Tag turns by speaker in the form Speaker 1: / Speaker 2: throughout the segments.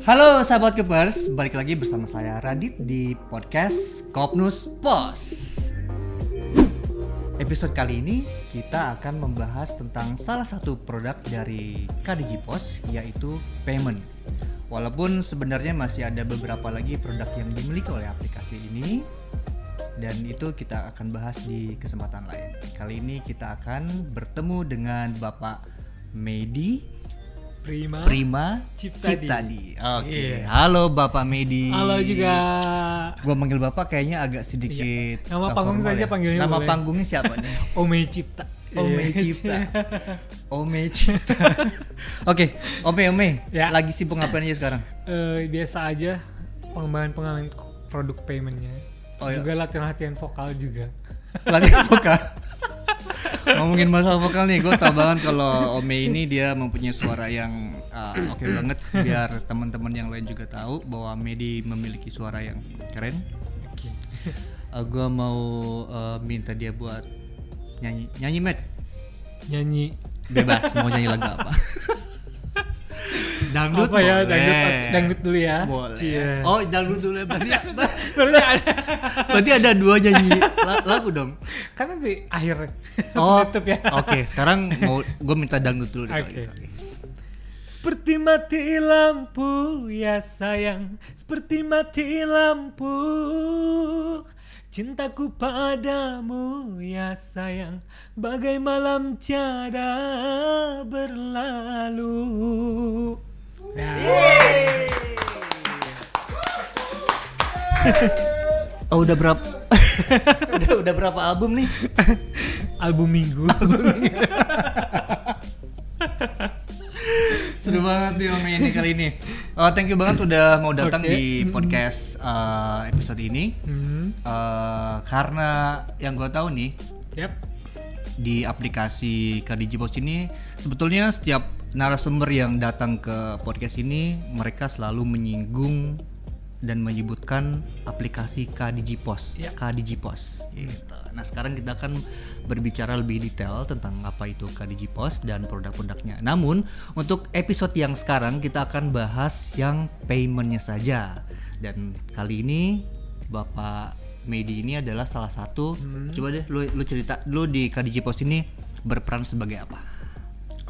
Speaker 1: Halo sahabat Kepers, balik lagi bersama saya Radit di podcast Kopnus Pos. Episode kali ini kita akan membahas tentang salah satu produk dari KDG Pos yaitu payment. Walaupun sebenarnya masih ada beberapa lagi produk yang dimiliki oleh aplikasi ini dan itu kita akan bahas di kesempatan lain. Kali ini kita akan bertemu dengan Bapak Medi
Speaker 2: Prima.
Speaker 1: Prima
Speaker 2: Ciptadi.
Speaker 1: Ciptadi. Oke.
Speaker 2: Iya.
Speaker 1: Halo Bapak Medi.
Speaker 2: Halo juga.
Speaker 1: Gua manggil Bapak kayaknya agak sedikit
Speaker 2: Iya. Nama
Speaker 1: tak
Speaker 2: panggung
Speaker 1: formal ya.
Speaker 2: saja panggilnya
Speaker 1: Nama
Speaker 2: boleh. Iya.
Speaker 1: panggungnya siapa nih?
Speaker 2: Ome Cipta.
Speaker 1: Ome
Speaker 2: Iya.
Speaker 1: Cipta. Ome Cipta. Oke, Ome Ome.
Speaker 2: Ya.
Speaker 1: Lagi sibuk ngapain aja sekarang?
Speaker 2: Eh, biasa aja pengembangan-pengembangan produk paymentnya.
Speaker 1: Oh, iya.
Speaker 2: Juga latihan-latihan vokal juga.
Speaker 1: Latihan vokal. Ngomongin masalah vokal nih, gue tau banget kalau Ome ini dia mempunyai suara yang ah, oke banget biar teman-teman yang lain juga tahu bahwa Medi memiliki suara yang keren.
Speaker 2: Oke.
Speaker 1: Eh, gua mau eh, minta dia buat nyanyi nyanyi Matt
Speaker 2: Nyanyi
Speaker 1: bebas mau nyanyi lagu apa dangdut
Speaker 2: apa ya?
Speaker 1: boleh.
Speaker 2: Dangdut, dangdut dulu ya.
Speaker 1: boleh
Speaker 2: Cie.
Speaker 1: oh dangdut dulu ya. berarti
Speaker 2: Terus ada
Speaker 1: berarti ada dua nyanyi la- lagu dong
Speaker 2: kan nanti akhir.
Speaker 1: oh
Speaker 2: Tutup ya.
Speaker 1: oke sekarang mau gue minta dangdut dulu deh kalau
Speaker 2: Oke.
Speaker 1: gitu.
Speaker 2: Seperti mati lampu ya sayang Seperti mati lampu Cintaku padamu ya sayang Bagai malam tiada berlalu Nah,
Speaker 1: oh udah berapa udah udah berapa album nih
Speaker 2: Album minggu
Speaker 1: Seru banget nih Om ini kali ini. Oh, thank you banget udah mau datang
Speaker 2: Oke.
Speaker 1: di podcast uh, episode ini.
Speaker 2: hmm.
Speaker 1: Uh, karena yang gue tahu nih
Speaker 2: Yap
Speaker 1: di aplikasi KDG Box ini sebetulnya setiap narasumber yang datang ke podcast ini mereka selalu menyinggung dan menyebutkan aplikasi KDG Pos,
Speaker 2: Ya.
Speaker 1: KDG Pos. Gitu. Nah sekarang kita akan berbicara lebih detail tentang apa itu KDG Pos dan produk-produknya. Namun untuk episode yang sekarang kita akan bahas yang paymentnya saja. Dan kali ini Bapak Medi ini adalah salah satu
Speaker 2: Hmm.
Speaker 1: coba deh lu lu cerita lu di KDG Pos ini berperan sebagai apa?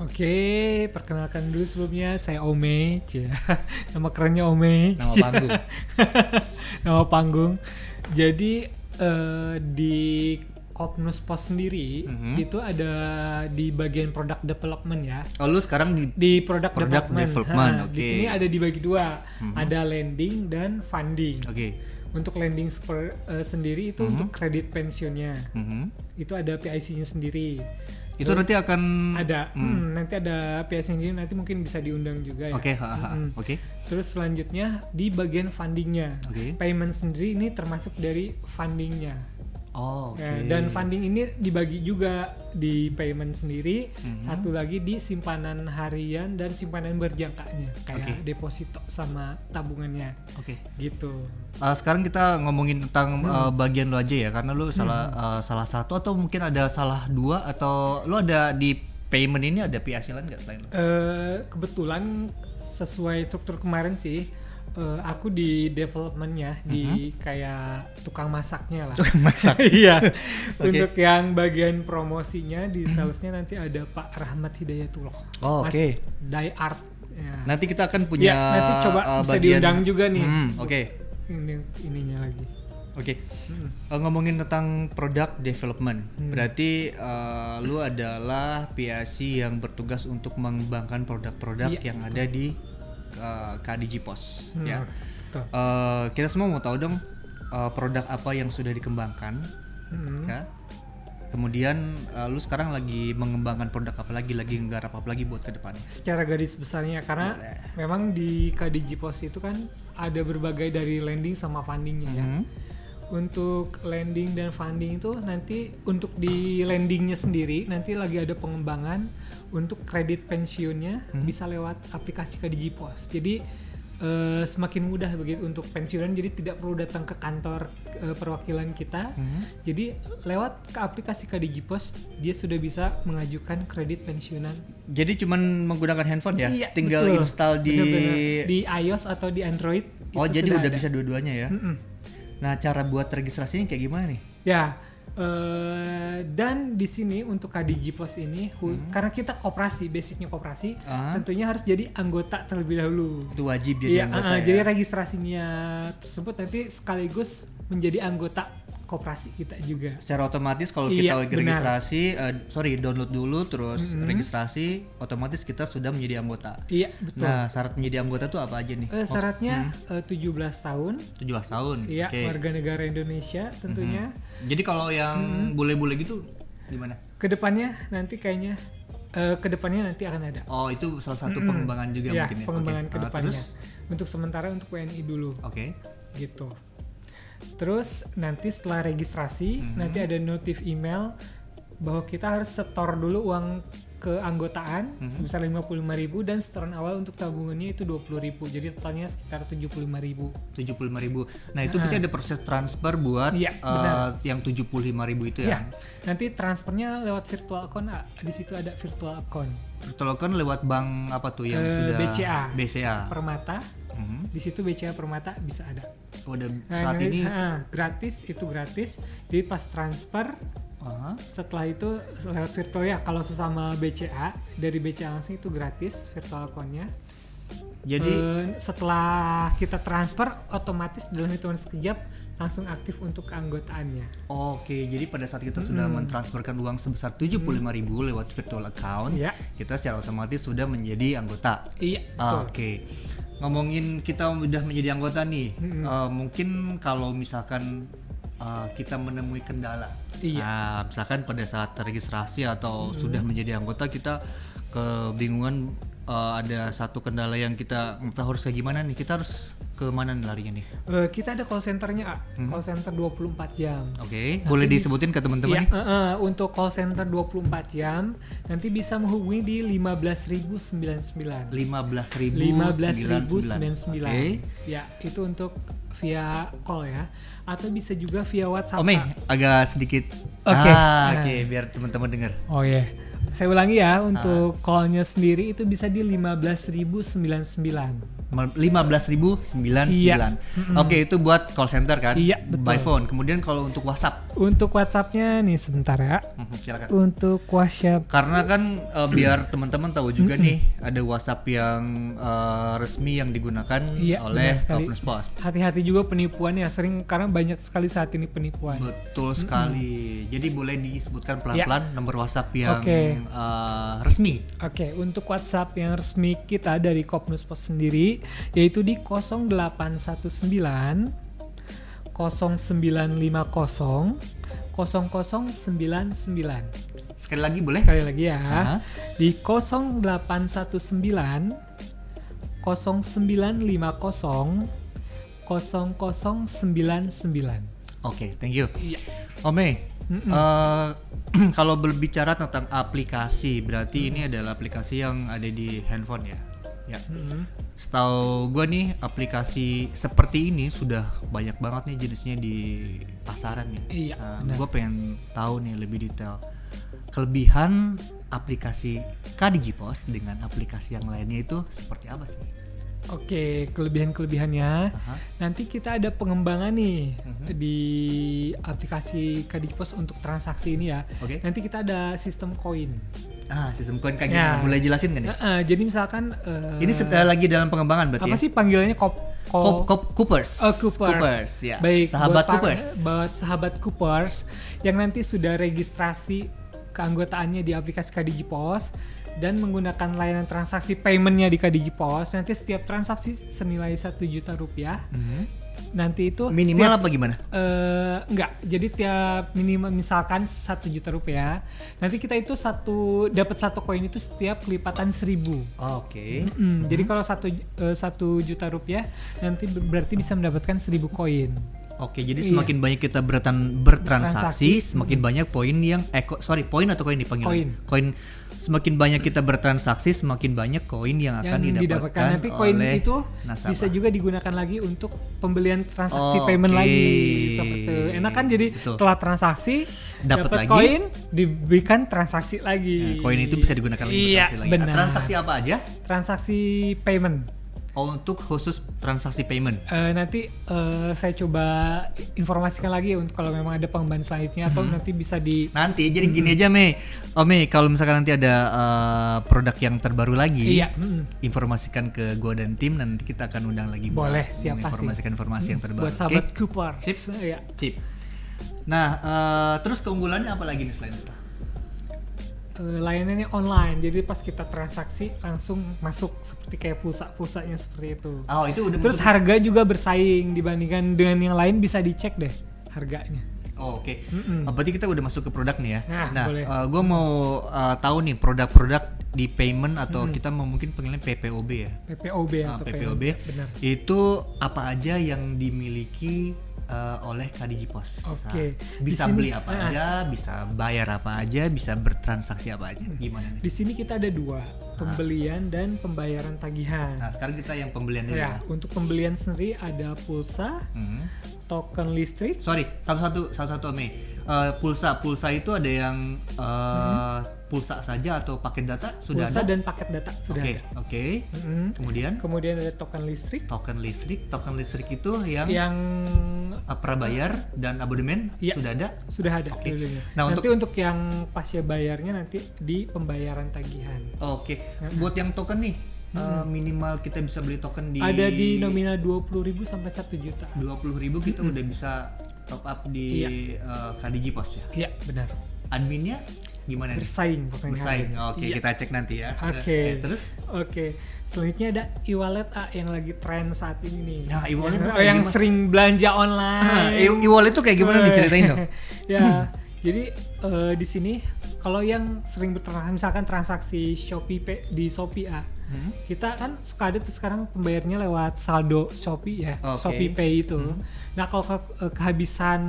Speaker 2: Oke, perkenalkan dulu sebelumnya saya Ome, Cie. nama kerennya Ome.
Speaker 1: Nama
Speaker 2: Cie.
Speaker 1: panggung.
Speaker 2: nama panggung. Jadi eh, di Kopnus Pos sendiri
Speaker 1: Mhm.
Speaker 2: itu ada di bagian product development ya.
Speaker 1: Oh lu sekarang di
Speaker 2: Di product,
Speaker 1: Product
Speaker 2: development,
Speaker 1: development,
Speaker 2: Ha,
Speaker 1: oke.
Speaker 2: di
Speaker 1: Mhm.
Speaker 2: sini ada dibagi dua, ada lending dan funding.
Speaker 1: Oke.
Speaker 2: Untuk lending seper- eh, sendiri itu untuk kredit pensiunnya,
Speaker 1: Mhm.
Speaker 2: itu ada PIC-nya sendiri.
Speaker 1: Itu nanti akan
Speaker 2: Ada, hmm, nanti ada PSNG nanti mungkin bisa diundang juga ya.
Speaker 1: Oke, ha, ha, ha.
Speaker 2: Mm-mm.
Speaker 1: Oke.
Speaker 2: Terus selanjutnya di bagian fundingnya,
Speaker 1: Oke.
Speaker 2: payment sendiri ini termasuk dari fundingnya.
Speaker 1: Oh, oke.
Speaker 2: Nah, dan funding ini dibagi juga di payment sendiri,
Speaker 1: Mhm.
Speaker 2: satu lagi di simpanan harian dan simpanan berjangkanya, kayak
Speaker 1: Oke.
Speaker 2: deposito sama tabungannya,
Speaker 1: Oke.
Speaker 2: gitu.
Speaker 1: Eh, sekarang kita ngomongin
Speaker 2: Hmm.
Speaker 1: tentang eh, bagian lu aja ya karena lu salah eh, salah satu atau mungkin ada salah dua atau lu ada di payment ini ada PIC lain nggak selain lu?
Speaker 2: eh kebetulan sesuai struktur kemarin sih eh, aku di developmentnya di kayak tukang masaknya lah
Speaker 1: Mhm. Tukang masak.
Speaker 2: iya
Speaker 1: Oke. Mhm.
Speaker 2: untuk yang bagian promosinya di salesnya nanti ada Pak Rahmat Hidayatullah
Speaker 1: Oh,
Speaker 2: Mas
Speaker 1: oke.
Speaker 2: Die Art ya.
Speaker 1: Nanti kita akan
Speaker 2: Ya,
Speaker 1: punya
Speaker 2: nanti coba
Speaker 1: eh,
Speaker 2: bisa
Speaker 1: bagian-
Speaker 2: diundang juga nih.
Speaker 1: Hmm, oke.
Speaker 2: ini ininya lagi Mhm.
Speaker 1: Oke, Eh, ngomongin tentang product development,
Speaker 2: Hmm.
Speaker 1: berarti eh, lu adalah PIC yang bertugas untuk mengembangkan produk-produk
Speaker 2: Iya.
Speaker 1: yang ada di eh, KDG Pos.
Speaker 2: Hmm,
Speaker 1: Ya,
Speaker 2: tuh.
Speaker 1: Eh, kita semua mau tahu dong eh, produk apa yang sudah dikembangkan,
Speaker 2: Hmm.
Speaker 1: ya. Kemudian eh, lu sekarang lagi mengembangkan produk apa lagi, lagi nggarap apa lagi buat kedepannya?
Speaker 2: secara garis besarnya karena
Speaker 1: Boleh.
Speaker 2: memang di KDG Pos itu kan ada berbagai dari lending sama fundingnya ya
Speaker 1: Mhm.
Speaker 2: untuk landing dan funding itu nanti untuk di landingnya sendiri nanti lagi ada
Speaker 1: Hmm.
Speaker 2: pengembangan untuk kredit pensiunnya bisa lewat aplikasi KDG Pos. Jadi eh, semakin mudah begitu untuk pensiunan jadi tidak perlu datang ke kantor eh, perwakilan kita
Speaker 1: Mhm.
Speaker 2: jadi lewat ke aplikasi KDG Pos dia sudah bisa mengajukan kredit pensiunan
Speaker 1: Jadi cuman menggunakan handphone ya?
Speaker 2: Iya,
Speaker 1: Tinggal
Speaker 2: betul.
Speaker 1: install di
Speaker 2: Benar-benar. di iOS atau di Android
Speaker 1: Oh,
Speaker 2: itu
Speaker 1: jadi
Speaker 2: sudah
Speaker 1: udah
Speaker 2: ada. Hmm.
Speaker 1: bisa dua-duanya ya.
Speaker 2: Mm-mm.
Speaker 1: Nah, cara buat registrasinya kayak gimana nih?
Speaker 2: Ya, eh, dan di sini untuk KDG Pos ini, hu- karena kita koperasi, basicnya koperasi,
Speaker 1: Hmm. Ah.
Speaker 2: tentunya harus jadi anggota terlebih dahulu.
Speaker 1: Itu wajib jadi
Speaker 2: Iya,
Speaker 1: anggota
Speaker 2: eh,
Speaker 1: ya.
Speaker 2: jadi registrasinya tersebut nanti sekaligus menjadi anggota koperasi kita juga.
Speaker 1: Secara otomatis kalau kita
Speaker 2: Iya, benar. Mm-hmm.
Speaker 1: registrasi, eh, sorry download dulu terus registrasi, otomatis kita sudah menjadi anggota.
Speaker 2: Iya, betul.
Speaker 1: Nah, syarat menjadi anggota tuh apa aja nih?
Speaker 2: Eh, syaratnya eh, 17 tahun,
Speaker 1: Maksud- 17 tahun.
Speaker 2: iya
Speaker 1: Oke. Hmm.
Speaker 2: warga negara Indonesia tentunya.
Speaker 1: Jadi kalau
Speaker 2: Mm-hmm.
Speaker 1: yang bule-bule gitu gimana?
Speaker 2: Kedepannya nanti kayaknya eh, kedepannya nanti akan ada.
Speaker 1: Oh, itu salah satu pengembangan juga
Speaker 2: Iya,
Speaker 1: mungkin ya.
Speaker 2: pengembangan
Speaker 1: Oke. Ah,
Speaker 2: kedepannya.
Speaker 1: terus?
Speaker 2: Untuk sementara untuk WNI dulu.
Speaker 1: Oke.
Speaker 2: gitu. Terus nanti setelah registrasi
Speaker 1: Mhm.
Speaker 2: nanti ada notif email bahwa kita harus setor dulu uang keanggotaan
Speaker 1: Mhm.
Speaker 2: sebesar 55.000 dan setoran awal untuk tabungannya itu 20.000. Jadi totalnya sekitar 75.000.
Speaker 1: 75.000. Nah, itu berarti ada proses transfer buat
Speaker 2: Iya,
Speaker 1: eh,
Speaker 2: benar.
Speaker 1: yang 75.000 itu ya.
Speaker 2: Ya. Nanti transfernya lewat virtual account. ah, Di situ ada virtual account
Speaker 1: Pertolongan lewat bank apa tuh yang
Speaker 2: Eh,
Speaker 1: sudah
Speaker 2: BCA.
Speaker 1: BCA.
Speaker 2: Permata.
Speaker 1: Mhm.
Speaker 2: Di situ BCA Permata bisa ada.
Speaker 1: Oh, ada
Speaker 2: Nah,
Speaker 1: saat
Speaker 2: nanti-
Speaker 1: ini
Speaker 2: ah, gratis itu gratis. Jadi pas transfer
Speaker 1: Aha.
Speaker 2: setelah itu lewat virtual ya kalau sesama BCA dari BCA langsung itu gratis virtual accountnya
Speaker 1: Jadi
Speaker 2: Eh, setelah kita transfer otomatis dalam hitungan sekejap langsung aktif untuk keanggotaannya
Speaker 1: oke, jadi pada saat kita sudah
Speaker 2: Hmm.
Speaker 1: mentransferkan uang sebesar 75.000 lewat virtual account,
Speaker 2: Iya.
Speaker 1: kita secara otomatis sudah menjadi anggota.
Speaker 2: iya
Speaker 1: Ah,
Speaker 2: betul
Speaker 1: Oke. Ngomongin kita udah menjadi anggota nih.
Speaker 2: Mm-mm.
Speaker 1: eh, mungkin kalau misalkan eh, kita menemui kendala.
Speaker 2: Iya.
Speaker 1: Nah, misalkan pada saat registrasi atau sudah menjadi anggota kita kebingungan eh, ada satu kendala yang kita entah harus kayak gimana nih. Kita harus ke mana nih larinya nih?
Speaker 2: Eh, kita ada call centernya ah.
Speaker 1: Hmm.
Speaker 2: call center 24 jam
Speaker 1: Oke, boleh disebutin ke teman-teman
Speaker 2: Iya,
Speaker 1: nih?
Speaker 2: eh, eh, untuk call center 24 jam nanti bisa menghubungi di 15.099.
Speaker 1: 15.099.
Speaker 2: 15.099.
Speaker 1: Oke.
Speaker 2: Ya, itu untuk via call ya. Atau bisa juga via WhatsApp.
Speaker 1: Ome,
Speaker 2: Pak.
Speaker 1: eh, agak sedikit.
Speaker 2: Oke.
Speaker 1: Ah,
Speaker 2: Nah.
Speaker 1: Oke, biar teman-teman dengar.
Speaker 2: Oh ya. Saya ulangi ya, untuk call-nya sendiri itu bisa di 15.099.
Speaker 1: 15.099.
Speaker 2: Iya.
Speaker 1: Oke, itu buat call center kan?
Speaker 2: Iya, betul.
Speaker 1: By phone. Kemudian kalau untuk WhatsApp,
Speaker 2: Untuk WhatsApp-nya nih sebentar ya.
Speaker 1: Mhm, silakan.
Speaker 2: Untuk WhatsApp
Speaker 1: Karena kan eh, biar teman-teman tahu juga nih, ada WhatsApp yang eh, resmi yang digunakan
Speaker 2: Iya,
Speaker 1: oleh
Speaker 2: benar sekali.
Speaker 1: Kampus Pos.
Speaker 2: hati-hati juga penipuannya sering karena banyak sekali saat ini penipuan.
Speaker 1: Betul sekali. Jadi boleh disebutkan pelan-pelan nomor WhatsApp yang
Speaker 2: Iya. Oke.
Speaker 1: eh, resmi.
Speaker 2: Oke, untuk WhatsApp yang resmi kita dari Kopnus Pos sendiri yaitu di 0819 0950 0099.
Speaker 1: Sekali lagi boleh?
Speaker 2: Sekali lagi ya.
Speaker 1: Aha.
Speaker 2: Di 0819 0950 0099.
Speaker 1: Oke, thank you.
Speaker 2: Iya.
Speaker 1: Ome, eh, kalau berbicara tentang aplikasi, berarti ini adalah aplikasi yang ada di handphone ya. Ya. Setahu gue nih aplikasi seperti ini sudah banyak banget nih jenisnya di pasaran ya.
Speaker 2: Iya, benar.
Speaker 1: gue pengen tahu nih lebih detail kelebihan aplikasi KDG Pos dengan aplikasi yang lainnya itu seperti apa sih?
Speaker 2: Oke, kelebihan-kelebihannya.
Speaker 1: Aha.
Speaker 2: Nanti kita ada pengembangan nih
Speaker 1: Mhm.
Speaker 2: di aplikasi Kadipos untuk transaksi ini ya.
Speaker 1: Oke.
Speaker 2: Nanti kita ada sistem koin.
Speaker 1: Ah, sistem koin kayak
Speaker 2: Ya.
Speaker 1: gimana? Mulai jelasin kan ya?
Speaker 2: Nah, eh, jadi misalkan eh,
Speaker 1: Ini se- eh, lagi dalam pengembangan berarti
Speaker 2: apa
Speaker 1: ya?
Speaker 2: sih panggilannya kop
Speaker 1: Cop- Cop- Coopers.
Speaker 2: Oh, Coopers.
Speaker 1: ya.
Speaker 2: Baik,
Speaker 1: Sahabat
Speaker 2: buat par-
Speaker 1: Coopers.
Speaker 2: Buat sahabat Coopers yang nanti sudah registrasi keanggotaannya di aplikasi KDG Pos dan menggunakan layanan transaksi paymentnya di KDG Pos, nanti setiap transaksi senilai 1 juta rupiah. Nanti itu
Speaker 1: Hmm. Minimal
Speaker 2: setiap-
Speaker 1: apa gimana?
Speaker 2: eh enggak, jadi tiap minimal misalkan 1 juta rupiah, nanti kita itu satu dapat satu koin itu setiap kelipatan 1000.
Speaker 1: Oke.
Speaker 2: Mm, Jadi kalau satu eh, satu juta rupiah nanti ber- berarti bisa mendapatkan 1000 koin.
Speaker 1: Oke, jadi
Speaker 2: Iya.
Speaker 1: semakin banyak kita bertan- bertransaksi,
Speaker 2: Bertransaksi. Hmm.
Speaker 1: semakin banyak poin yang eh ko- sorry, poin atau koin dipanggil.
Speaker 2: Koin.
Speaker 1: semakin banyak kita bertransaksi, semakin banyak koin yang akan
Speaker 2: yang didapatkan
Speaker 1: didapatkan
Speaker 2: nanti koin
Speaker 1: oleh
Speaker 2: itu
Speaker 1: nasabah.
Speaker 2: bisa juga digunakan lagi untuk pembelian transaksi
Speaker 1: Oke.
Speaker 2: payment lagi seperti itu. enak kan jadi
Speaker 1: Betul.
Speaker 2: telah transaksi
Speaker 1: Dapat
Speaker 2: dapat
Speaker 1: lagi.
Speaker 2: koin diberikan transaksi lagi
Speaker 1: Nah, koin itu bisa digunakan lagi
Speaker 2: iya,
Speaker 1: bertransaksi lagi. Ah,
Speaker 2: benar.
Speaker 1: Transaksi apa aja?
Speaker 2: transaksi payment
Speaker 1: Oh, untuk khusus transaksi payment.
Speaker 2: Eh, nanti eh, saya coba informasikan lagi untuk kalau memang ada pengembangan selanjutnya atau
Speaker 1: Mhm.
Speaker 2: nanti bisa di
Speaker 1: Nanti jadi
Speaker 2: Hmm.
Speaker 1: gini aja Mei. Oh Mei, kalau misalkan nanti ada eh, produk yang terbaru lagi,
Speaker 2: iya mm,
Speaker 1: informasikan ke gua dan tim nanti kita akan undang lagi buat
Speaker 2: Boleh, siap, pasti.
Speaker 1: menginformasikan informasi yang terbaru.
Speaker 2: buat
Speaker 1: oke?
Speaker 2: sahabat Coopers
Speaker 1: Sip.
Speaker 2: Iya.
Speaker 1: Sip. Nah, eh, terus keunggulannya apa lagi nih selain itu?
Speaker 2: Eh, layanannya online jadi pas kita transaksi langsung masuk seperti kayak pulsa-pulsanya seperti itu
Speaker 1: Oh, itu udah
Speaker 2: terus
Speaker 1: masuk-
Speaker 2: harga juga bersaing dibandingkan dengan yang lain bisa dicek deh harganya
Speaker 1: Oh, Oke.
Speaker 2: Mm-mm.
Speaker 1: Oh, Berarti kita udah masuk ke produk nih ya.
Speaker 2: Nah, boleh.
Speaker 1: gue mau eh, tahu nih produk-produk di payment atau kita mau mungkin pengennya PPOB ya.
Speaker 2: PPOB
Speaker 1: Ah,
Speaker 2: atau
Speaker 1: PPOB
Speaker 2: Iya, payment. ya, benar
Speaker 1: itu apa aja yang dimiliki eh, oleh KDG Pos?
Speaker 2: Oke.
Speaker 1: Nah, bisa
Speaker 2: Di sini-
Speaker 1: beli apa
Speaker 2: ah.
Speaker 1: aja, bisa bayar apa aja, bisa bertransaksi apa aja. Gimana nih?
Speaker 2: di sini kita ada
Speaker 1: Ah.
Speaker 2: dua pembelian dan pembayaran tagihan
Speaker 1: Nah, sekarang kita yang pembelian dulu.
Speaker 2: ya
Speaker 1: ya.
Speaker 2: untuk pembelian sendiri ada pulsa
Speaker 1: Hmm.
Speaker 2: token listrik
Speaker 1: Sorry, satu-satu, satu-satu Mei. Eh, pulsa, pulsa itu ada yang eh, pulsa saja atau paket data sudah
Speaker 2: Hmm. pulsa
Speaker 1: ada.
Speaker 2: dan paket data
Speaker 1: Oke,
Speaker 2: sudah ada
Speaker 1: oke.
Speaker 2: Mm-mm.
Speaker 1: Kemudian
Speaker 2: kemudian ada token listrik
Speaker 1: token listrik, token listrik itu yang
Speaker 2: yang
Speaker 1: eh, prabayar dan abodemen
Speaker 2: Iya.
Speaker 1: sudah ada.
Speaker 2: sudah ada
Speaker 1: Oke.
Speaker 2: dulunya.
Speaker 1: Nah,
Speaker 2: nanti untuk yang pasca bayarnya nanti di pembayaran tagihan
Speaker 1: Oke,
Speaker 2: Iya.
Speaker 1: buat yang token nih eh, minimal kita bisa beli token di
Speaker 2: Hmm. ada di nominal 20.000 sampai 1 juta
Speaker 1: 20.000 kita udah bisa top up di
Speaker 2: Hmm. Iya.
Speaker 1: eh, KDG Pos ya.
Speaker 2: Iya, benar.
Speaker 1: Adminnya gimana nih?
Speaker 2: Bersaing pokoknya.
Speaker 1: Bersaing.
Speaker 2: harga.
Speaker 1: Oke,
Speaker 2: Iya.
Speaker 1: kita cek nanti ya.
Speaker 2: Oke.
Speaker 1: Eh, terus
Speaker 2: Oke. Selanjutnya ada e-wallet A yang lagi tren saat ini nih.
Speaker 1: Nah, e-wallet
Speaker 2: yang,
Speaker 1: tuh
Speaker 2: oh,
Speaker 1: kayak
Speaker 2: yang Ah,
Speaker 1: gimana? Ah,
Speaker 2: sering belanja online.
Speaker 1: E-, e-wallet tuh kayak
Speaker 2: Eh.
Speaker 1: gimana nih ceritain dong.
Speaker 2: ya, jadi eh, di sini kalau yang sering bertransaksi misalkan transaksi Shopee Pay- di Shopee A.
Speaker 1: Hmm.
Speaker 2: Kita kan suka ada tuh sekarang pembayarnya lewat saldo Shopee ya,
Speaker 1: Oh, Oke. Hmm.
Speaker 2: Shopee Pay itu. Nah, kalau ke- eh, kehabisan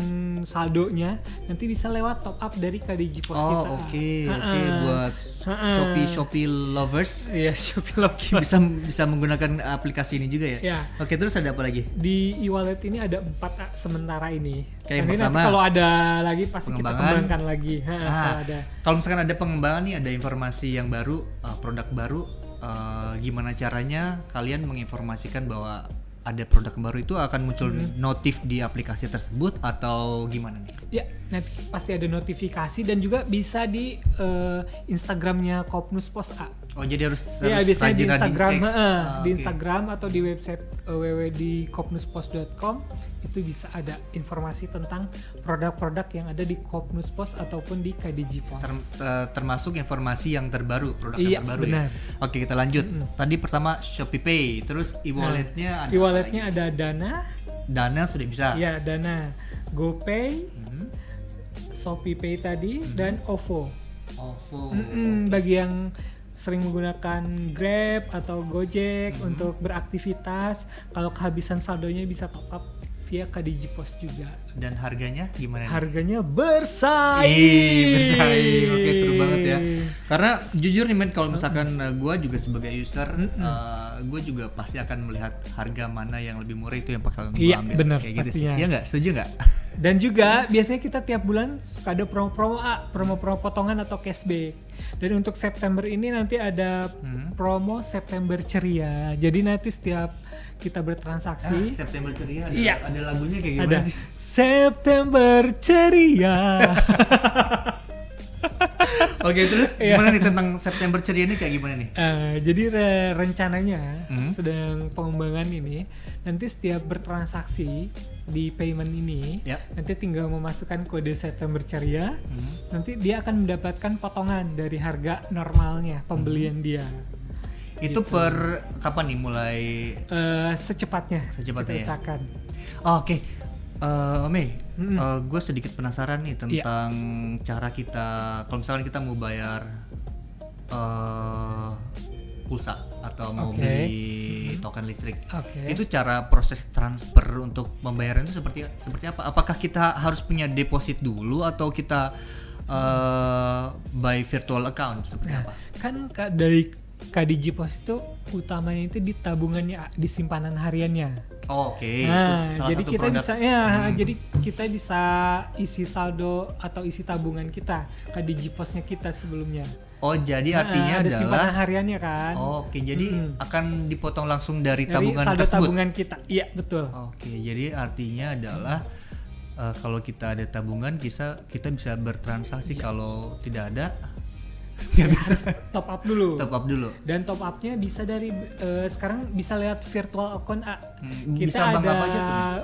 Speaker 2: saldonya nanti bisa lewat top up dari KDG Pos kita. Ah,
Speaker 1: Oh, oke. Oke,
Speaker 2: Heeh.
Speaker 1: buat
Speaker 2: Heeh.
Speaker 1: Shopee Shopee lovers
Speaker 2: Iya, Shopee Loki.
Speaker 1: bisa bisa menggunakan aplikasi ini juga ya.
Speaker 2: Iya.
Speaker 1: Oke, terus ada apa lagi?
Speaker 2: Di e-wallet ini ada empat A sementara ini.
Speaker 1: Oke, yang
Speaker 2: Nanti- nanti
Speaker 1: pertama,
Speaker 2: kalau ada lagi pasti kita
Speaker 1: pengembangan.
Speaker 2: kembangkan lagi. Ha, kalau
Speaker 1: Ah,
Speaker 2: ada.
Speaker 1: kalau misalkan ada pengembangan nih, ada informasi yang baru, uh, produk baru, uh, gimana caranya kalian menginformasikan bahwa ada produk baru itu akan muncul
Speaker 2: Hmm.
Speaker 1: notif di aplikasi tersebut atau gimana nih?
Speaker 2: Ya, nanti pasti ada notifikasi dan juga bisa di eh, Instagramnya Kopnus Pos A.
Speaker 1: Oh jadi harus
Speaker 2: Ya,
Speaker 1: harus
Speaker 2: biasanya di
Speaker 1: rajin-rajin
Speaker 2: Instagram,
Speaker 1: cek.
Speaker 2: ha,
Speaker 1: Ah,
Speaker 2: di
Speaker 1: oke.
Speaker 2: Instagram atau di website eh, www.kopnuspos.com itu bisa ada informasi tentang produk-produk yang ada di Kopnus Pos ataupun di KDG Pos.
Speaker 1: Ter- eh, termasuk informasi yang terbaru, produk
Speaker 2: Iya,
Speaker 1: yang terbaru
Speaker 2: benar.
Speaker 1: ya. Oke kita lanjut. Tadi pertama Shopee Pay, terus
Speaker 2: Nah,
Speaker 1: e-walletnya ada apa Ah.
Speaker 2: E-walletnya ada Dana,
Speaker 1: lagi? Dana sudah bisa.
Speaker 2: ya Dana, GoPay,
Speaker 1: Mhm.
Speaker 2: Shopee Pay tadi
Speaker 1: Hmm.
Speaker 2: dan OVO.
Speaker 1: OVO.
Speaker 2: Mm-mm, Bagi yang sering menggunakan Grab atau Gojek untuk beraktivitas, kalau kehabisan saldonya bisa top up via KDG Pos juga.
Speaker 1: Dan harganya gimana? nih?
Speaker 2: Harganya bersaing.
Speaker 1: Ih, bersaing. Oke, seru banget ya. Karena jujur nih men, kalau misalkan gue juga sebagai user, gue juga pasti akan melihat harga mana yang lebih murah itu yang bakal gue
Speaker 2: Iya,
Speaker 1: ambil.
Speaker 2: bener,
Speaker 1: Kayak gitu sih.
Speaker 2: pastinya.
Speaker 1: Iya nggak? Setuju nggak?
Speaker 2: Dan juga biasanya kita tiap bulan suka ada promo-promo ah, promo-promo potongan atau cashback. Dan untuk September ini nanti ada
Speaker 1: Mm-hmm.
Speaker 2: promo September ceria. Jadi nanti setiap kita bertransaksi
Speaker 1: Ah, September ceria ada,
Speaker 2: Iya.
Speaker 1: ada lagunya kayak gimana
Speaker 2: ada
Speaker 1: sih?
Speaker 2: September ceria.
Speaker 1: Oke, terus
Speaker 2: Iya.
Speaker 1: gimana nih tentang September ceria ini kayak gimana nih?
Speaker 2: Eh, jadi re- rencananya
Speaker 1: Hmm.
Speaker 2: sedang pengembangan ini nanti setiap bertransaksi di payment ini
Speaker 1: Ya.
Speaker 2: nanti tinggal memasukkan kode September ceria.
Speaker 1: Hmm.
Speaker 2: Nanti dia akan mendapatkan potongan dari harga normalnya pembelian
Speaker 1: Hmm.
Speaker 2: dia.
Speaker 1: Itu
Speaker 2: Gitu.
Speaker 1: per kapan nih mulai?
Speaker 2: Eh, secepatnya.
Speaker 1: Secepatnya ya?
Speaker 2: diusahakan.
Speaker 1: Oh, Oke. Eh, Mei,
Speaker 2: Mm-mm. Iya.
Speaker 1: gue sedikit penasaran nih tentang cara kita, kalau misalkan kita mau bayar eh pulsa, atau mau
Speaker 2: Oke.
Speaker 1: beli token listrik.
Speaker 2: Oke.
Speaker 1: Itu cara proses transfer untuk pembayaran itu seperti seperti apa? Apakah kita harus punya deposit dulu atau kita eh, by virtual account seperti
Speaker 2: Nah,
Speaker 1: apa?
Speaker 2: kan ka- dari KDG Pos itu utamanya itu di tabungannya, di simpanan hariannya.
Speaker 1: Oh, Oke, itu
Speaker 2: Nah,
Speaker 1: salah
Speaker 2: jadi
Speaker 1: satu
Speaker 2: kita
Speaker 1: produk.
Speaker 2: bisa ya,
Speaker 1: Hmm.
Speaker 2: jadi kita bisa isi saldo atau isi tabungan kita KDG Posnya kita sebelumnya.
Speaker 1: Oh, jadi artinya
Speaker 2: Nah, ada
Speaker 1: adalah
Speaker 2: simpanan hariannya kan.
Speaker 1: Oh, Oke, jadi
Speaker 2: Mm-mm.
Speaker 1: akan dipotong langsung dari
Speaker 2: Dari
Speaker 1: tabungan
Speaker 2: saldo
Speaker 1: tersebut. Oh.
Speaker 2: tabungan kita. Iya, betul.
Speaker 1: Oke, jadi artinya adalah eh, kalau kita ada tabungan, kita kita bisa bertransaksi.
Speaker 2: Iya.
Speaker 1: Kalau tidak ada, nggak bisa
Speaker 2: Top up dulu.
Speaker 1: top up dulu.
Speaker 2: Dan top upnya bisa dari eh, sekarang bisa lihat virtual account A.
Speaker 1: Hmm,
Speaker 2: Kita
Speaker 1: bisa bank
Speaker 2: ada
Speaker 1: apa aja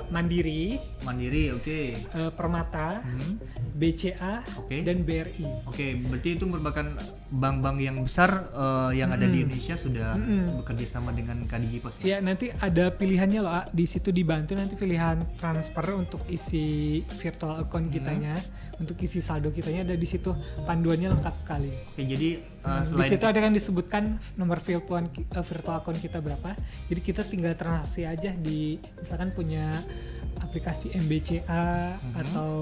Speaker 1: tuh?
Speaker 2: Mandiri,
Speaker 1: Mandiri, oke.
Speaker 2: eh, Permata,
Speaker 1: Hmm,
Speaker 2: BCA,
Speaker 1: Oke.
Speaker 2: dan BRI.
Speaker 1: Oke, berarti itu merupakan bank-bank yang besar eh, yang ada di Indonesia sudah
Speaker 2: Mm-mm.
Speaker 1: bekerja sama dengan KDG Pos ya?
Speaker 2: Ya nanti ada pilihannya loh, A. di situ dibantu nanti pilihan transfer untuk isi virtual
Speaker 1: Hmm.
Speaker 2: account kitanya, untuk isi saldo kitanya ada di situ panduannya lengkap sekali.
Speaker 1: Oke, jadi eh,
Speaker 2: Di
Speaker 1: selain
Speaker 2: situ ada kan disebutkan nomor virtual ki- eh, virtual account kita berapa, jadi kita tinggal transaksi aja di misalkan punya aplikasi MBCA atau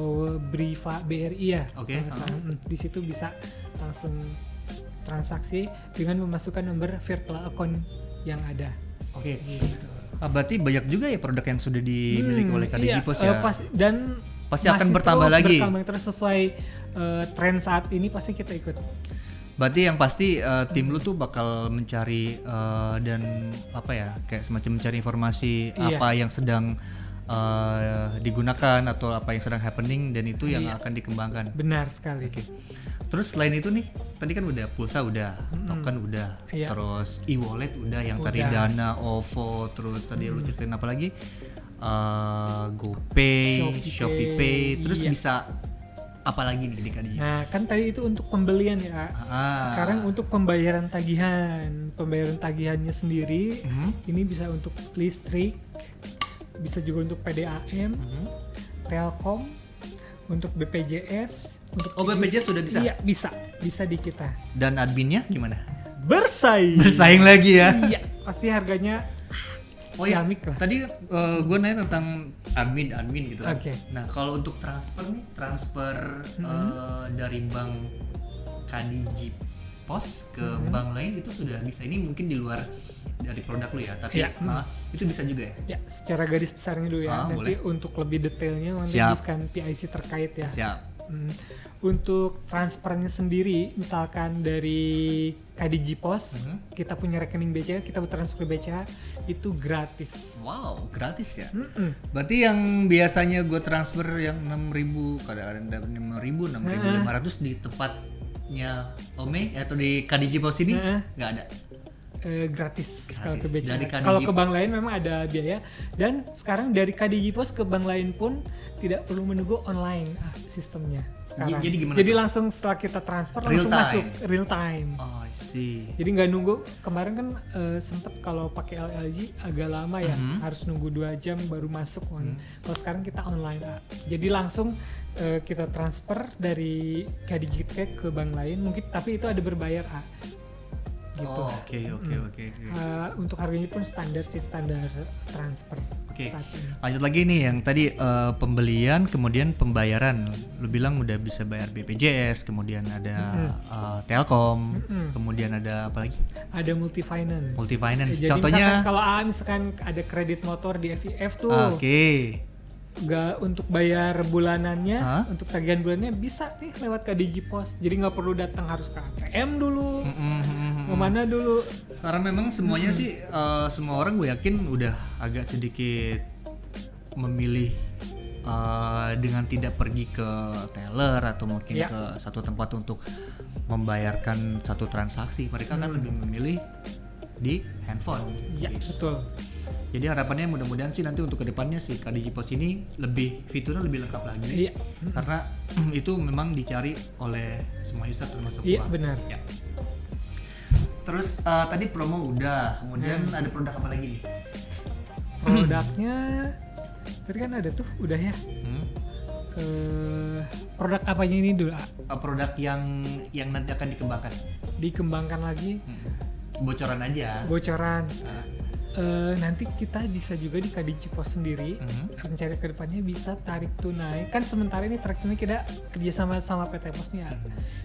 Speaker 2: Briva BRI ya.
Speaker 1: Hmm. Oke, ah.
Speaker 2: kalau nggak salah. Mm, Di situ bisa langsung transaksi dengan memasukkan nomor virtual account yang ada.
Speaker 1: oke,
Speaker 2: Gitu.
Speaker 1: Ah, berarti banyak juga ya produk yang sudah dimiliki
Speaker 2: Hmm,
Speaker 1: oleh KDG
Speaker 2: iya,
Speaker 1: Pos
Speaker 2: eh,
Speaker 1: ya?
Speaker 2: pas- dan
Speaker 1: Pasti
Speaker 2: masih
Speaker 1: akan bertambah
Speaker 2: terus
Speaker 1: lagi.
Speaker 2: berkembang terus sesuai eh, tren saat ini pasti kita ikut.
Speaker 1: Berarti yang pasti eh, tim lu tuh bakal mencari eh, dan apa ya kayak semacam mencari informasi
Speaker 2: Iya.
Speaker 1: apa yang sedang eh, digunakan atau apa yang sedang happening dan itu yang
Speaker 2: Iya.
Speaker 1: akan dikembangkan.
Speaker 2: Benar sekali.
Speaker 1: Terus selain itu nih, tadi kan udah pulsa udah, token udah,
Speaker 2: Hmm. Iya.
Speaker 1: terus e-wallet udah yang tadi
Speaker 2: Udah. Hmm.
Speaker 1: Dana, OVO, terus tadi lu ceritain apa lagi? Eh, GoPay,
Speaker 2: Shopee
Speaker 1: Shopee,
Speaker 2: Pay,
Speaker 1: Pay, terus
Speaker 2: iya.
Speaker 1: bisa apa lagi nih di
Speaker 2: Nah, kan tadi itu untuk pembelian ya.
Speaker 1: Ah.
Speaker 2: Sekarang untuk pembayaran tagihan. Pembayaran tagihannya sendiri
Speaker 1: Mhm.
Speaker 2: ini bisa untuk listrik, bisa juga untuk PDAM,
Speaker 1: Hmm.
Speaker 2: Telkom, untuk BPJS, untuk
Speaker 1: Oh, BPJS sudah bisa?
Speaker 2: Iya, bisa. Bisa di kita.
Speaker 1: Dan adminnya gimana?
Speaker 2: Bersaing.
Speaker 1: Bersaing lagi ya.
Speaker 2: Iya, pasti harganya
Speaker 1: Oh ya,
Speaker 2: ciamik iya, lah.
Speaker 1: tadi gue nanya tentang admin, admin gitu. kan.
Speaker 2: Oke. Hmm.
Speaker 1: Nah kalau untuk transfer nih, transfer eh, dari bank Kadiji Pos ke
Speaker 2: Hmm.
Speaker 1: bank lain itu sudah bisa. Ini mungkin di luar dari produk lu ya, tapi
Speaker 2: Iya.
Speaker 1: ah, itu bisa juga ya.
Speaker 2: Ya, secara garis besarnya dulu ya.
Speaker 1: Ah,
Speaker 2: Nanti
Speaker 1: boleh.
Speaker 2: untuk lebih detailnya nanti
Speaker 1: Siap.
Speaker 2: diskan PIC terkait ya.
Speaker 1: Siap.
Speaker 2: Hmm. Untuk transfernya sendiri, misalkan dari KDG Pos,
Speaker 1: Mhm.
Speaker 2: kita punya rekening BCA, kita transfer ke BCA itu gratis.
Speaker 1: Wow, gratis ya.
Speaker 2: Mm-mm.
Speaker 1: Berarti yang biasanya gue transfer yang 6.000, kadang-kadang dapat 6.000, 6.500 di tempatnya Ome eh, atau di Kadiji Pos ini
Speaker 2: Heeh.
Speaker 1: nggak ada.
Speaker 2: Eh, gratis,
Speaker 1: Gratis.
Speaker 2: kalau ke BCA.
Speaker 1: Dari KDG
Speaker 2: Kalau ke bank lain memang ada biaya dan sekarang dari KDG Pos ke bank lain pun tidak perlu menunggu online ah, sistemnya sekarang.
Speaker 1: jadi gimana tuh?
Speaker 2: langsung setelah kita transfer
Speaker 1: Real
Speaker 2: langsung
Speaker 1: time.
Speaker 2: masuk real time.
Speaker 1: Oh, I see.
Speaker 2: Jadi nggak nunggu kemarin kan eh, sempet kalau pakai LLG agak lama ya,
Speaker 1: Mhm.
Speaker 2: harus nunggu dua jam baru masuk uangnya. Kalau sekarang kita online, ah. jadi langsung eh, kita transfer dari KDG kita ke bank lain, mungkin tapi itu ada berbayar ah. Gitu.
Speaker 1: Oh, Oke oke oke. oke.
Speaker 2: Eh, untuk harganya pun standar sih standar transfer.
Speaker 1: Oke.
Speaker 2: saat ini.
Speaker 1: Lanjut lagi nih yang tadi eh, pembelian kemudian pembayaran. Lu bilang udah bisa bayar BPJS, kemudian ada eh, Telkom, kemudian ada apa lagi?
Speaker 2: Ada multi finance.
Speaker 1: Multi finance.
Speaker 2: Jadi
Speaker 1: Contohnya
Speaker 2: misalkan kalau ah, misalkan ada kredit motor di FIF tuh.
Speaker 1: Ah, Oke.
Speaker 2: nggak untuk bayar bulanannya,
Speaker 1: Hah?
Speaker 2: untuk tagihan bulanannya bisa nih lewat ke Digipos. Jadi nggak perlu datang harus ke ATM dulu,
Speaker 1: Mm, mm, mm, mm.
Speaker 2: mau mana dulu.
Speaker 1: Karena memang semuanya sih eh, semua orang gue yakin udah agak sedikit memilih eh, dengan tidak pergi ke teller atau mungkin
Speaker 2: Ya.
Speaker 1: ke satu tempat untuk membayarkan satu transaksi. Mereka kan lebih memilih di handphone.
Speaker 2: Hmm. Ya betul.
Speaker 1: Jadi harapannya mudah-mudahan sih nanti untuk kedepannya sih KDG Pos ini lebih fiturnya lebih lengkap lagi.
Speaker 2: Iya,
Speaker 1: Karena itu memang dicari oleh semua user termasuk
Speaker 2: iya
Speaker 1: gua.
Speaker 2: benar.
Speaker 1: Ya. Terus eh, tadi promo udah, kemudian ada produk apa lagi nih?
Speaker 2: Produknya tadi kan ada tuh, udah ya.
Speaker 1: Hmm?
Speaker 2: Eh, produk apanya ini dulu? Ah,
Speaker 1: Eh, produk yang yang nanti akan dikembangkan.
Speaker 2: Dikembangkan lagi.
Speaker 1: Hmm. bocoran aja
Speaker 2: bocoran
Speaker 1: Ah,
Speaker 2: Eh, nanti kita bisa juga di Kadiji Pos sendiri
Speaker 1: Mhm.
Speaker 2: rencana kedepannya bisa tarik tunai kan sementara ini tarik tunai kita kerjasama sama PT Pos nih ya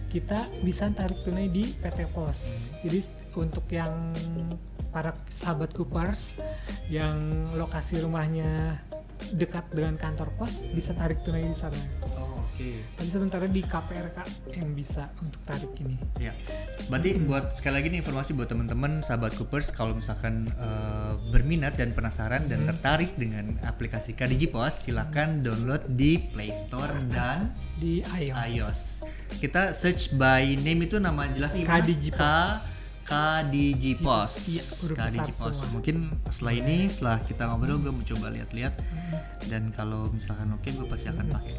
Speaker 2: kita bisa tarik tunai di PT Pos jadi untuk yang para sahabat Coopers yang lokasi rumahnya dekat dengan kantor pos bisa tarik tunai di sana
Speaker 1: oh, oke
Speaker 2: tapi sementara di KPRK yang bisa untuk tarik ini
Speaker 1: Ya, berarti buat sekali lagi nih informasi buat teman-teman sahabat Coopers kalau misalkan eh, berminat dan penasaran dan tertarik dengan aplikasi KDigiPos silakan download di Play Store dan
Speaker 2: di iOS,
Speaker 1: iOS. Kita search by name itu nama jelasnya
Speaker 2: KDigiPos.
Speaker 1: KDigiPos.
Speaker 2: Iya, huruf besar
Speaker 1: KDigiPos.
Speaker 2: semua.
Speaker 1: Mungkin setelah ini setelah kita ngobrol gue mau coba lihat-lihat dan kalau misalkan oke gue pasti akan pakai.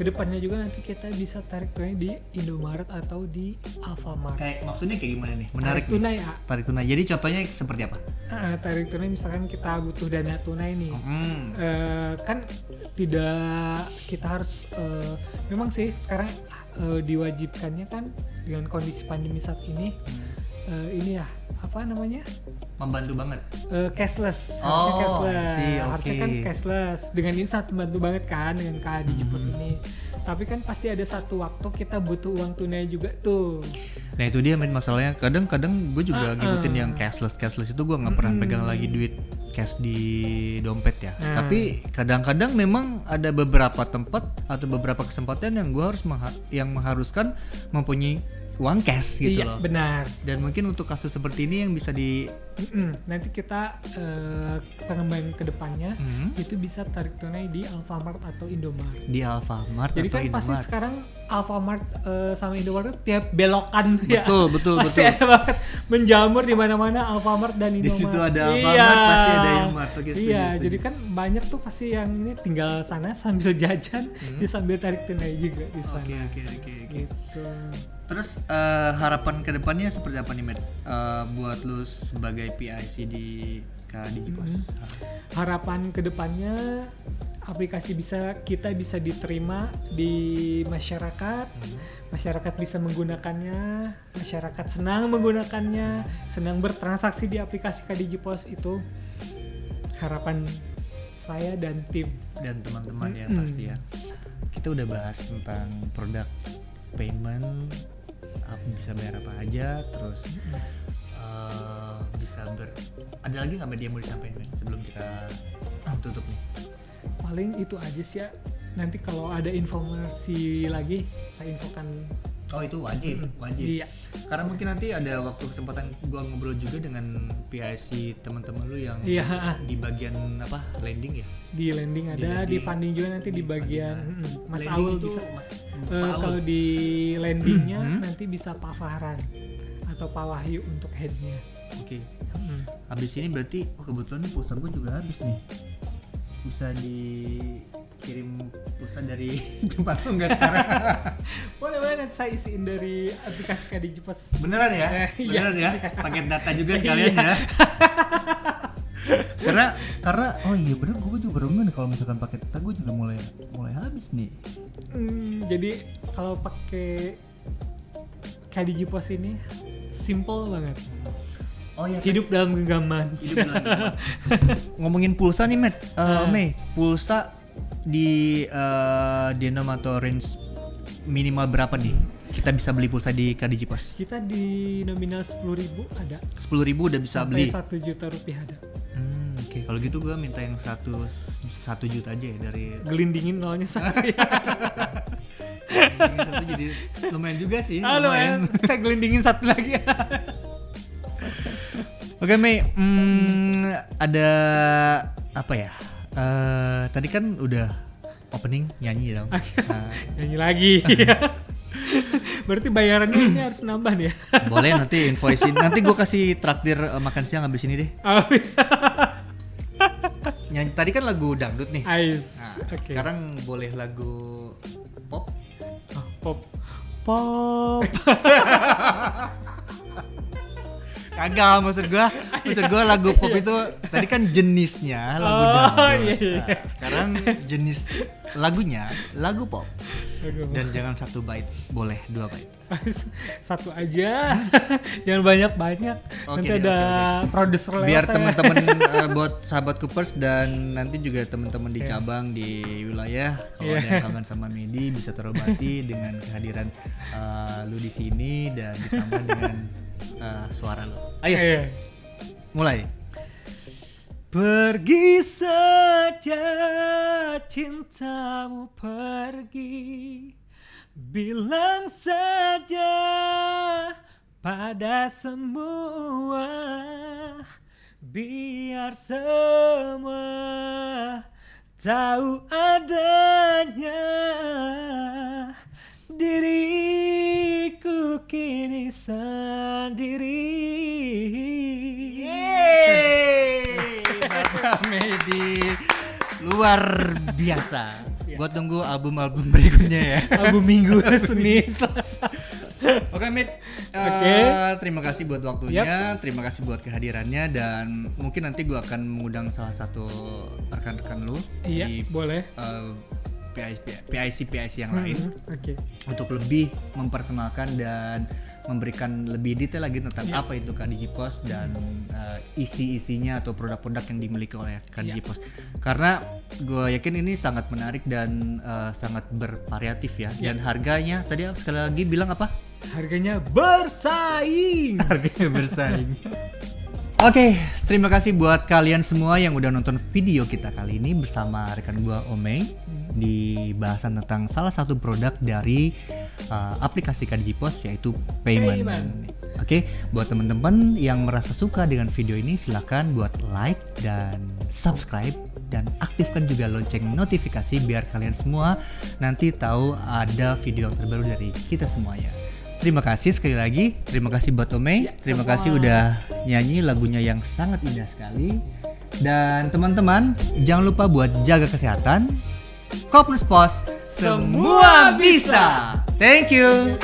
Speaker 2: Kedepannya juga nanti kita bisa tarik tunai di Indomaret atau di Alfamart.
Speaker 1: Kayak maksudnya kayak gimana nih? Menarik
Speaker 2: tarik
Speaker 1: nih.
Speaker 2: tunai ya.
Speaker 1: Tarik tunai. Jadi contohnya seperti apa?
Speaker 2: Ah, tarik tunai misalkan kita butuh dana tunai nih.
Speaker 1: Hmm.
Speaker 2: Eh, kan tidak kita harus eh, memang sih sekarang eh, diwajibkannya kan dengan kondisi pandemi saat ini
Speaker 1: Hmm.
Speaker 2: eh, ini ya apa namanya
Speaker 1: Membantu banget.
Speaker 2: Eh, cashless harusnya
Speaker 1: Oh,
Speaker 2: cashless
Speaker 1: I see,
Speaker 2: harusnya
Speaker 1: oke.
Speaker 2: kan cashless dengan ini sangat membantu banget kan dengan KA di Jepus
Speaker 1: Hmm.
Speaker 2: ini tapi kan pasti ada satu waktu kita butuh uang tunai juga tuh
Speaker 1: Nah itu dia main masalahnya. Kadang-kadang gue juga
Speaker 2: Ah, Hmm.
Speaker 1: ngikutin
Speaker 2: ah.
Speaker 1: yang cashless cashless itu gue nggak pernah pegang lagi duit cash di dompet ya.
Speaker 2: Hmm.
Speaker 1: Tapi kadang-kadang memang ada beberapa tempat atau beberapa kesempatan yang gue harus mengha- yang mengharuskan mempunyai uang cash gitu
Speaker 2: iya
Speaker 1: loh.
Speaker 2: benar
Speaker 1: Dan mungkin untuk kasus seperti ini yang bisa di
Speaker 2: Mm-mm. nanti kita eh, pengembangan kedepannya
Speaker 1: Hmm?
Speaker 2: itu bisa tarik tunai di Alfamart atau Indomart
Speaker 1: di Alfamart
Speaker 2: jadi
Speaker 1: atau
Speaker 2: kan pasti
Speaker 1: Indomaret.
Speaker 2: sekarang Alfamart eh, sama Indomart tiap belokan ya.
Speaker 1: Betul, betul,
Speaker 2: pasti
Speaker 1: betul.
Speaker 2: ada banget menjamur di mana-mana Alfamart dan Indomart.
Speaker 1: Di situ ada Alfamart, pasti ada Indomart. Oke, setuju,
Speaker 2: iya,
Speaker 1: setuju.
Speaker 2: jadi kan banyak tuh pasti yang ini tinggal sana sambil jajan, dia sambil tarik tunai juga di sana.
Speaker 1: Hmm. Oke oke oke oke.
Speaker 2: Gitu.
Speaker 1: Terus eh, harapan kedepannya seperti apa nih, Med? Eh, buat lu sebagai PIC di KDigiPos.
Speaker 2: Harapan kedepannya aplikasi bisa kita bisa diterima di masyarakat, masyarakat bisa menggunakannya, masyarakat senang menggunakannya, senang bertransaksi di aplikasi KDJ Pos itu harapan saya dan tim.
Speaker 1: dan teman-teman ya
Speaker 2: Mm-mm.
Speaker 1: pasti ya. Kita udah bahas tentang produk payment, ap- bisa bayar apa aja, terus eh, bisa ber. Ada lagi nggak Med, yang mau disampaikan Med, sebelum kita tutup nih?
Speaker 2: Paling itu aja sih ya. Nanti kalau ada informasi lagi saya infokan.
Speaker 1: Oh itu wajib, wajib.
Speaker 2: Iya.
Speaker 1: Karena mungkin nanti ada waktu kesempatan gua ngobrol juga dengan PIC teman-teman lu yang
Speaker 2: Iya.
Speaker 1: di bagian apa landing ya.
Speaker 2: Di landing
Speaker 1: Di
Speaker 2: ada, di,
Speaker 1: landing.
Speaker 2: funding juga nanti
Speaker 1: Di
Speaker 2: di, bagian
Speaker 1: funding,
Speaker 2: Mm-mm. Mas
Speaker 1: Landing
Speaker 2: Aul
Speaker 1: itu
Speaker 2: bisa.
Speaker 1: Mas,
Speaker 2: Eh,
Speaker 1: Pak Aul.
Speaker 2: kalau di landingnya
Speaker 1: Hmm.
Speaker 2: nanti bisa Pak Fahran atau Pak Wahyu untuk headnya. Hmm.
Speaker 1: Oke. Habis ini berarti oh kebetulan nih pulsa gue juga habis nih. Bisa dikirim pulsa dari tempat lu enggak sekarang?
Speaker 2: Boleh boleh nanti saya isiin dari aplikasi KD Jepes.
Speaker 1: Beneran ya?
Speaker 2: Eh, iya.
Speaker 1: Beneran ya? Paket data juga sekalian
Speaker 2: Iya.
Speaker 1: ya. karena karena oh iya bener gue juga baru ngeh nih kalau misalkan paket data gue juga mulai mulai habis nih.
Speaker 2: Hmm, jadi kalau pakai KD Jepes ini simple banget.
Speaker 1: Oh iya.
Speaker 2: Hidup dalam genggaman.
Speaker 1: Hidup dalam Ngomongin pulsa nih, Matt. Eh, Mei, pulsa di eh, denom atau range minimal berapa nih? Kita bisa beli pulsa di KDJ Pos.
Speaker 2: Kita di nominal 10.000 ada.
Speaker 1: 10.000 udah bisa
Speaker 2: Sampai
Speaker 1: beli.
Speaker 2: 1 juta rupiah ada.
Speaker 1: Hmm, Oke, kalau gitu gue minta yang satu satu juta aja ya dari
Speaker 2: Gelindingin nolnya satu ya.
Speaker 1: satu jadi lumayan juga sih.
Speaker 2: Halo, eh, saya gelindingin satu lagi
Speaker 1: Oke Mei, hmm, ada apa ya? Eh, tadi kan udah opening nyanyi dong. Nah,
Speaker 2: nyanyi lagi berarti bayarannya ini harus nambah nih ya
Speaker 1: boleh nanti invoicein. Nanti gue kasih traktir eh, makan siang habis ini deh.
Speaker 2: Oh, iya.
Speaker 1: Nyanyi tadi kan lagu dangdut nih.
Speaker 2: Ais
Speaker 1: Nah,
Speaker 2: oke
Speaker 1: Sekarang boleh lagu pop.
Speaker 2: Oh, pop pop
Speaker 1: Kagak maksud gua. Maksud gua lagu pop itu tadi kan jenisnya lagu
Speaker 2: Iya. Oh,
Speaker 1: dangdut.
Speaker 2: iya, iya.
Speaker 1: Nah, sekarang jenis lagunya lagu pop.
Speaker 2: Aduh.
Speaker 1: Ya. Dan jangan satu bait, boleh dua bait.
Speaker 2: oke price satu aja jangan banyak banyak
Speaker 1: Oke
Speaker 2: nanti
Speaker 1: deh,
Speaker 2: ada produser lewat
Speaker 1: biar
Speaker 2: saya.
Speaker 1: teman-teman eh, buat sahabat Coopers dan nanti juga teman-teman
Speaker 2: Iya.
Speaker 1: di cabang di wilayah kalau ada yang kangen sama Medi bisa terobati dengan kehadiran eh, lu di sini dan ditambah dengan eh, suara lu. Ayo
Speaker 2: Iya.
Speaker 1: mulai. Pergi saja cintamu pergi Bilang saja pada semua Biar semua tahu adanya Diriku kini sendiri
Speaker 2: Iya.
Speaker 1: Bapak Medi luar biasa.
Speaker 2: Iya.
Speaker 1: Gua tunggu album-album berikutnya ya.
Speaker 2: Album minggu Senin Selasa.
Speaker 1: Oke, Mit. Eh,
Speaker 2: Oke.
Speaker 1: terima kasih buat waktunya, terima kasih buat kehadirannya dan mungkin nanti gua akan mengundang salah satu rekan-rekan lu
Speaker 2: Iya,
Speaker 1: di
Speaker 2: boleh.
Speaker 1: eh, PIC PIC PIC yang lain
Speaker 2: Hmm, Oke.
Speaker 1: untuk lebih memperkenalkan dan memberikan lebih detail lagi tentang
Speaker 2: Iya.
Speaker 1: apa itu KDG Post dan uh, isi-isinya atau produk-produk yang dimiliki oleh
Speaker 2: Iya.
Speaker 1: KDG Post. Karena gue yakin ini sangat menarik dan uh, sangat bervariatif ya.
Speaker 2: Iya.
Speaker 1: Dan harganya tadi sekali lagi bilang apa?
Speaker 2: Harganya bersaing.
Speaker 1: Harganya bersaing. Oke, terima kasih buat kalian semua yang udah nonton video kita kali ini bersama rekan gua Omei di bahasan tentang salah satu produk dari uh, aplikasi KDG Post yaitu Payment.
Speaker 2: Payment.
Speaker 1: Oke, buat teman-teman yang merasa suka dengan video ini silahkan buat like dan subscribe dan aktifkan juga lonceng notifikasi biar kalian semua nanti tahu ada video yang terbaru dari kita semuanya. Terima kasih sekali lagi, terima kasih buat Omei, terima kasih udah nyanyi lagunya yang sangat indah sekali. Dan teman-teman, jangan lupa buat jaga kesehatan. Koplus Pos, semua bisa. Thank you.